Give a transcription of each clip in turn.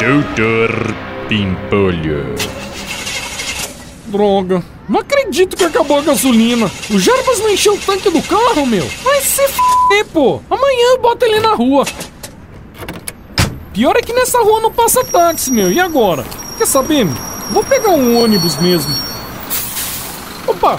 Doutor Pimpolho. Droga. Não acredito que acabou a gasolina. O Jarbas não encheu o tanque do carro, meu. Vai se f***, pô. Amanhã eu boto ele na rua. Pior é que nessa rua não passa táxi, meu. E agora? Quer saber, meu? Vou pegar um ônibus mesmo. Opa,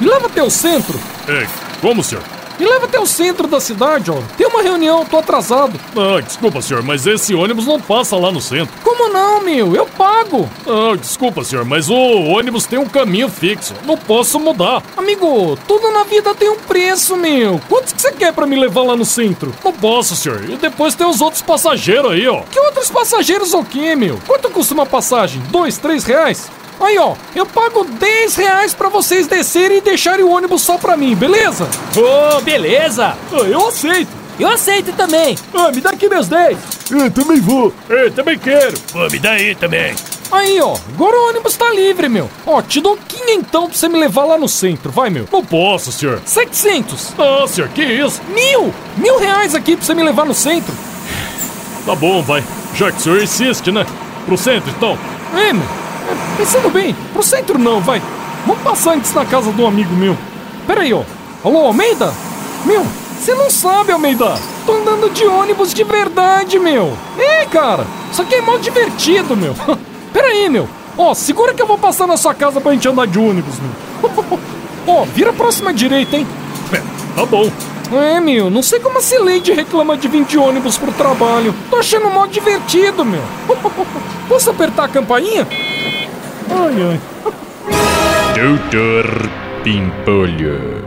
me leva até o centro. Ei, É, como, senhor? Me leva até o centro da cidade, ó. Tem uma reunião, tô atrasado. Ah, desculpa, senhor, mas esse ônibus não passa lá no centro. Como não, meu? Eu pago. Ah, desculpa, senhor, mas o ônibus tem um caminho fixo. Não posso mudar. Amigo, tudo na vida tem um preço, meu. Quantos que você quer pra me levar lá no centro? Não posso, senhor. E depois tem os outros passageiros aí, ó. Que outros passageiros ou quê, meu? Quanto custa uma passagem? Dois, três reais? Aí, ó, eu pago 10 reais pra vocês descerem e deixarem o ônibus só pra mim, beleza? Ô, beleza! Ah, Oh, Eu aceito. Eu aceito também! Ah, me dá aqui meus 10. Eu também vou. Ei, também quero. Pô, me dá aí também. Aí, ó, agora o ônibus tá livre, meu. Ó, te dou quinhentão pra você me levar lá no centro, vai, meu. Não posso, senhor. 700, Ah, senhor, que isso? mil, mil reais aqui pra você me levar no centro. Tá bom, vai. Já que o senhor insiste, né? Pro centro, então. É, meu, é, pensando bem, pro centro não, vai. Vamos passar antes na casa de um amigo meu. Pera aí, ó. Alô, Almeida? Meu, você não sabe, Almeida. Tô andando de ônibus de verdade, meu. É, cara, isso aqui é mó divertido, meu. Pera aí, meu. Ó, segura que eu vou passar na sua casa pra gente andar de ônibus, meu. Ó, vira a próxima direita, hein. Tá bom. É, meu, não sei como a Cileide reclama de 20 ônibus pro trabalho. Tô achando mó divertido, meu. Posso apertar a campainha? Ai, ai. Doutor Pimpolho.